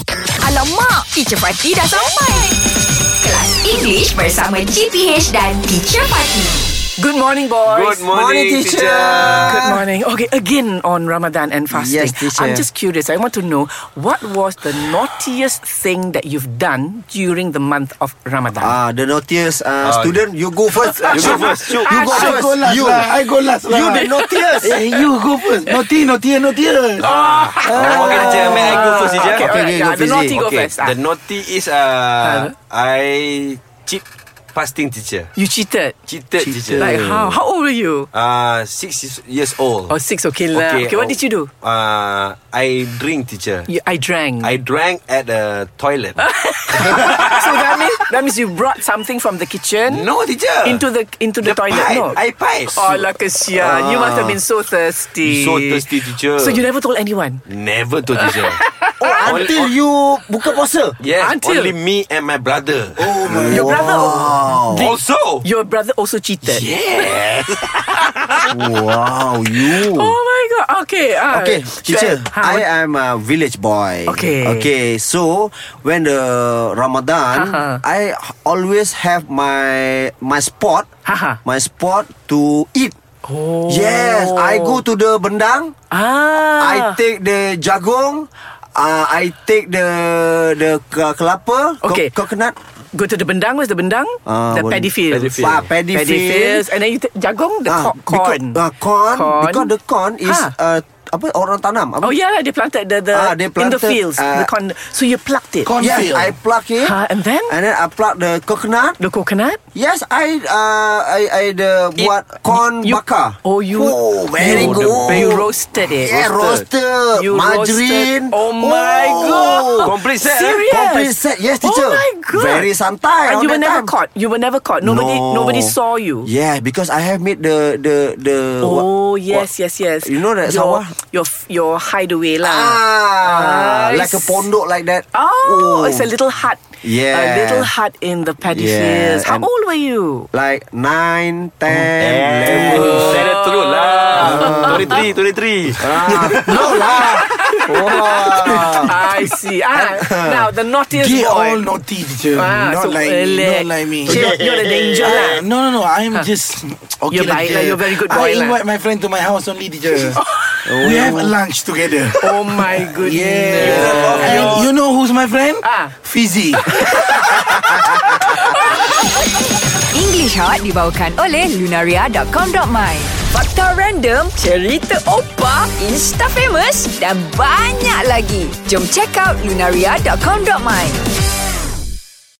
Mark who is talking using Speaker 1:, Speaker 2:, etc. Speaker 1: macam mak. Teacher Fatih dah sampai. Kelas English bersama GPH dan Teacher Fatih.
Speaker 2: Good morning, boys.
Speaker 3: Good morning,
Speaker 4: Morning, teacher.
Speaker 3: teacher.
Speaker 2: Good morning. Okay, again on Ramadan and fasting.
Speaker 4: Yes, teacher.
Speaker 2: I'm just curious. I want to know what was the naughtiest thing that you've done during the month of Ramadan?
Speaker 4: Ah, the naughtiest uh, student, you go first.
Speaker 3: Ah, You go first. You
Speaker 4: You
Speaker 2: Ah,
Speaker 3: go
Speaker 4: go first.
Speaker 5: I go last
Speaker 4: you.
Speaker 5: lah. I go last lah.
Speaker 4: You the naughtiest.
Speaker 5: Eh, you go first. Naughty, naughty, naughty.
Speaker 3: Ah, okay, teacher. May I go first, teacher?
Speaker 2: Okay,
Speaker 4: Okay,
Speaker 2: alright,
Speaker 4: okay,
Speaker 2: yeah,
Speaker 4: go
Speaker 2: the
Speaker 4: first,
Speaker 2: naughty
Speaker 4: Zee.
Speaker 2: go
Speaker 3: Okay,
Speaker 2: first. Ah,
Speaker 3: the naughty is uh, I cheat fasting teacher.
Speaker 2: you cheated.
Speaker 3: Cheated, teacher.
Speaker 2: Like how? How old were you?
Speaker 3: Uh, six years- years old.
Speaker 2: Oh, six. Okay, lah. Okay, what
Speaker 3: oh,
Speaker 2: did you do?
Speaker 3: Uh, I drink, teacher.
Speaker 2: You, Ah. I drank.
Speaker 3: I drank at the toilet.
Speaker 2: so that means that means you brought something from the kitchen
Speaker 3: no, teacher.
Speaker 2: into the into the, toilet.
Speaker 3: Pipe.
Speaker 2: No.
Speaker 3: I pipe.
Speaker 2: Oh, lah kesian. you must have been so thirsty.
Speaker 3: So thirsty, teacher.
Speaker 2: So you never told anyone.
Speaker 3: Never to teacher.
Speaker 4: Oh, until you buka puasa.
Speaker 3: yes,
Speaker 2: Until- Oh,
Speaker 3: only me and my brother.
Speaker 2: Your brother.
Speaker 3: Also.
Speaker 2: Your brother also cheated.
Speaker 3: Yes.
Speaker 4: Wow, you.
Speaker 2: Oh my god. Okay. Uh,
Speaker 4: Okay, teacher, I
Speaker 2: I,
Speaker 4: am a village boy.
Speaker 2: Okay.
Speaker 4: Okay, so when the Ramadan,
Speaker 2: Uh-huh.
Speaker 4: I always have my my spot,
Speaker 2: Uh-huh.
Speaker 4: my spot to eat.
Speaker 2: Oh.
Speaker 4: Yes, I go to the bendang.
Speaker 2: ah.
Speaker 4: I take the jagung. Uh, I take the the ke- kelapa, co-
Speaker 2: Okay.
Speaker 4: coconut,
Speaker 2: go to the bendang. Where's the bendang?
Speaker 4: Ah,
Speaker 2: the
Speaker 4: what-
Speaker 2: paddy field.
Speaker 3: Paddy field.
Speaker 4: Ah, paddy
Speaker 2: Paddy
Speaker 4: field.
Speaker 2: fields. And then you take jagong, the
Speaker 4: Ah,
Speaker 2: co- corn.
Speaker 4: Because, uh, corn,
Speaker 2: Corn.
Speaker 4: because the corn is
Speaker 2: Ha.
Speaker 4: uh, apa orang tanam. Apa?
Speaker 2: Oh yeah, they planted the, the
Speaker 4: Ah, they
Speaker 2: in the
Speaker 4: planted,
Speaker 2: fields. the
Speaker 4: ah,
Speaker 2: con- so you plucked it.
Speaker 5: Corn
Speaker 4: Yes,
Speaker 5: field.
Speaker 4: I pluck it.
Speaker 2: Ha, and then?
Speaker 4: And then I pluck the coconut.
Speaker 2: the coconut.
Speaker 4: Yes, I uh, I I the
Speaker 3: It-
Speaker 4: buat corn
Speaker 2: you-
Speaker 4: bakar.
Speaker 2: oh, you-
Speaker 4: Oh, very
Speaker 2: you-
Speaker 4: good.
Speaker 2: you roasted it.
Speaker 4: Yeah,
Speaker 3: Roasted.
Speaker 4: roasted.
Speaker 2: You
Speaker 4: margarine.
Speaker 2: roasted. Oh my god.
Speaker 3: Complete set, eh?
Speaker 2: Serious.
Speaker 4: Complete set. Yes, teacher.
Speaker 2: Oh my god.
Speaker 4: Very santai
Speaker 2: And
Speaker 4: on
Speaker 2: you were
Speaker 4: that
Speaker 2: never
Speaker 4: time.
Speaker 2: caught. You were never caught. Nobody
Speaker 4: No.
Speaker 2: nobody saw you.
Speaker 4: Yeah, because I have made the the the.
Speaker 2: Oh
Speaker 4: what-
Speaker 2: yes, yes, yes.
Speaker 4: You know that
Speaker 2: your,
Speaker 4: sawah?
Speaker 2: Your f- your hideaway lah.
Speaker 4: Ah,
Speaker 2: I
Speaker 4: like a
Speaker 2: s-
Speaker 4: pondok like that.
Speaker 2: Oh, it's a little hut. a
Speaker 4: Yeah.
Speaker 2: little hut in the paddy
Speaker 4: Yeah,
Speaker 2: fields. How
Speaker 4: and-
Speaker 2: old were you?
Speaker 4: Like
Speaker 2: Mm,
Speaker 4: nine, ten.
Speaker 3: Eleven. Saya dah terus lah. 23, 23.
Speaker 4: Ah, no lah. Wah.
Speaker 2: I see. Ah, now the naughtiest
Speaker 5: They all
Speaker 2: boy.
Speaker 5: naughty, teacher.
Speaker 2: Ah, so
Speaker 5: not like me.
Speaker 2: relax.
Speaker 5: Not like me.
Speaker 2: So you're, you're an angel
Speaker 5: Ah,
Speaker 2: lah.
Speaker 5: no, no, no. I'm just okay.
Speaker 2: You're baik
Speaker 5: teacher.
Speaker 2: lah, you're very good Oh. boy
Speaker 5: I
Speaker 2: lah.
Speaker 5: invite my friend to my house only, teacher. We have a lunch together.
Speaker 2: Oh my goodness.
Speaker 5: And you know who's my friend?
Speaker 2: Ah.
Speaker 5: Fizzy.
Speaker 1: English Hot dibawakan oleh Lunaria.com.my Fakta random, cerita opa, insta famous dan banyak lagi. Jom check out Lunaria.com.my